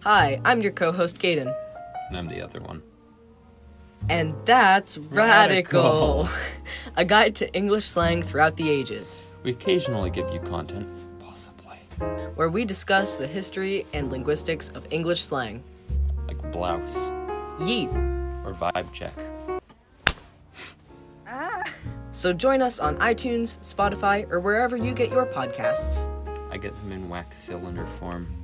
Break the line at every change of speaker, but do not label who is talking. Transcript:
Hi, I'm your co host, Kaden.
And I'm the other one.
And that's Radical,
Radical.
a guide to English slang throughout the ages,
We occasionally give you content, possibly.
where we discuss the history and linguistics of English slang.
Like blouse
Yeet!
or vibe check.
So join us on iTunes, Spotify, or wherever you get your podcasts.
I get them in wax cylinder form.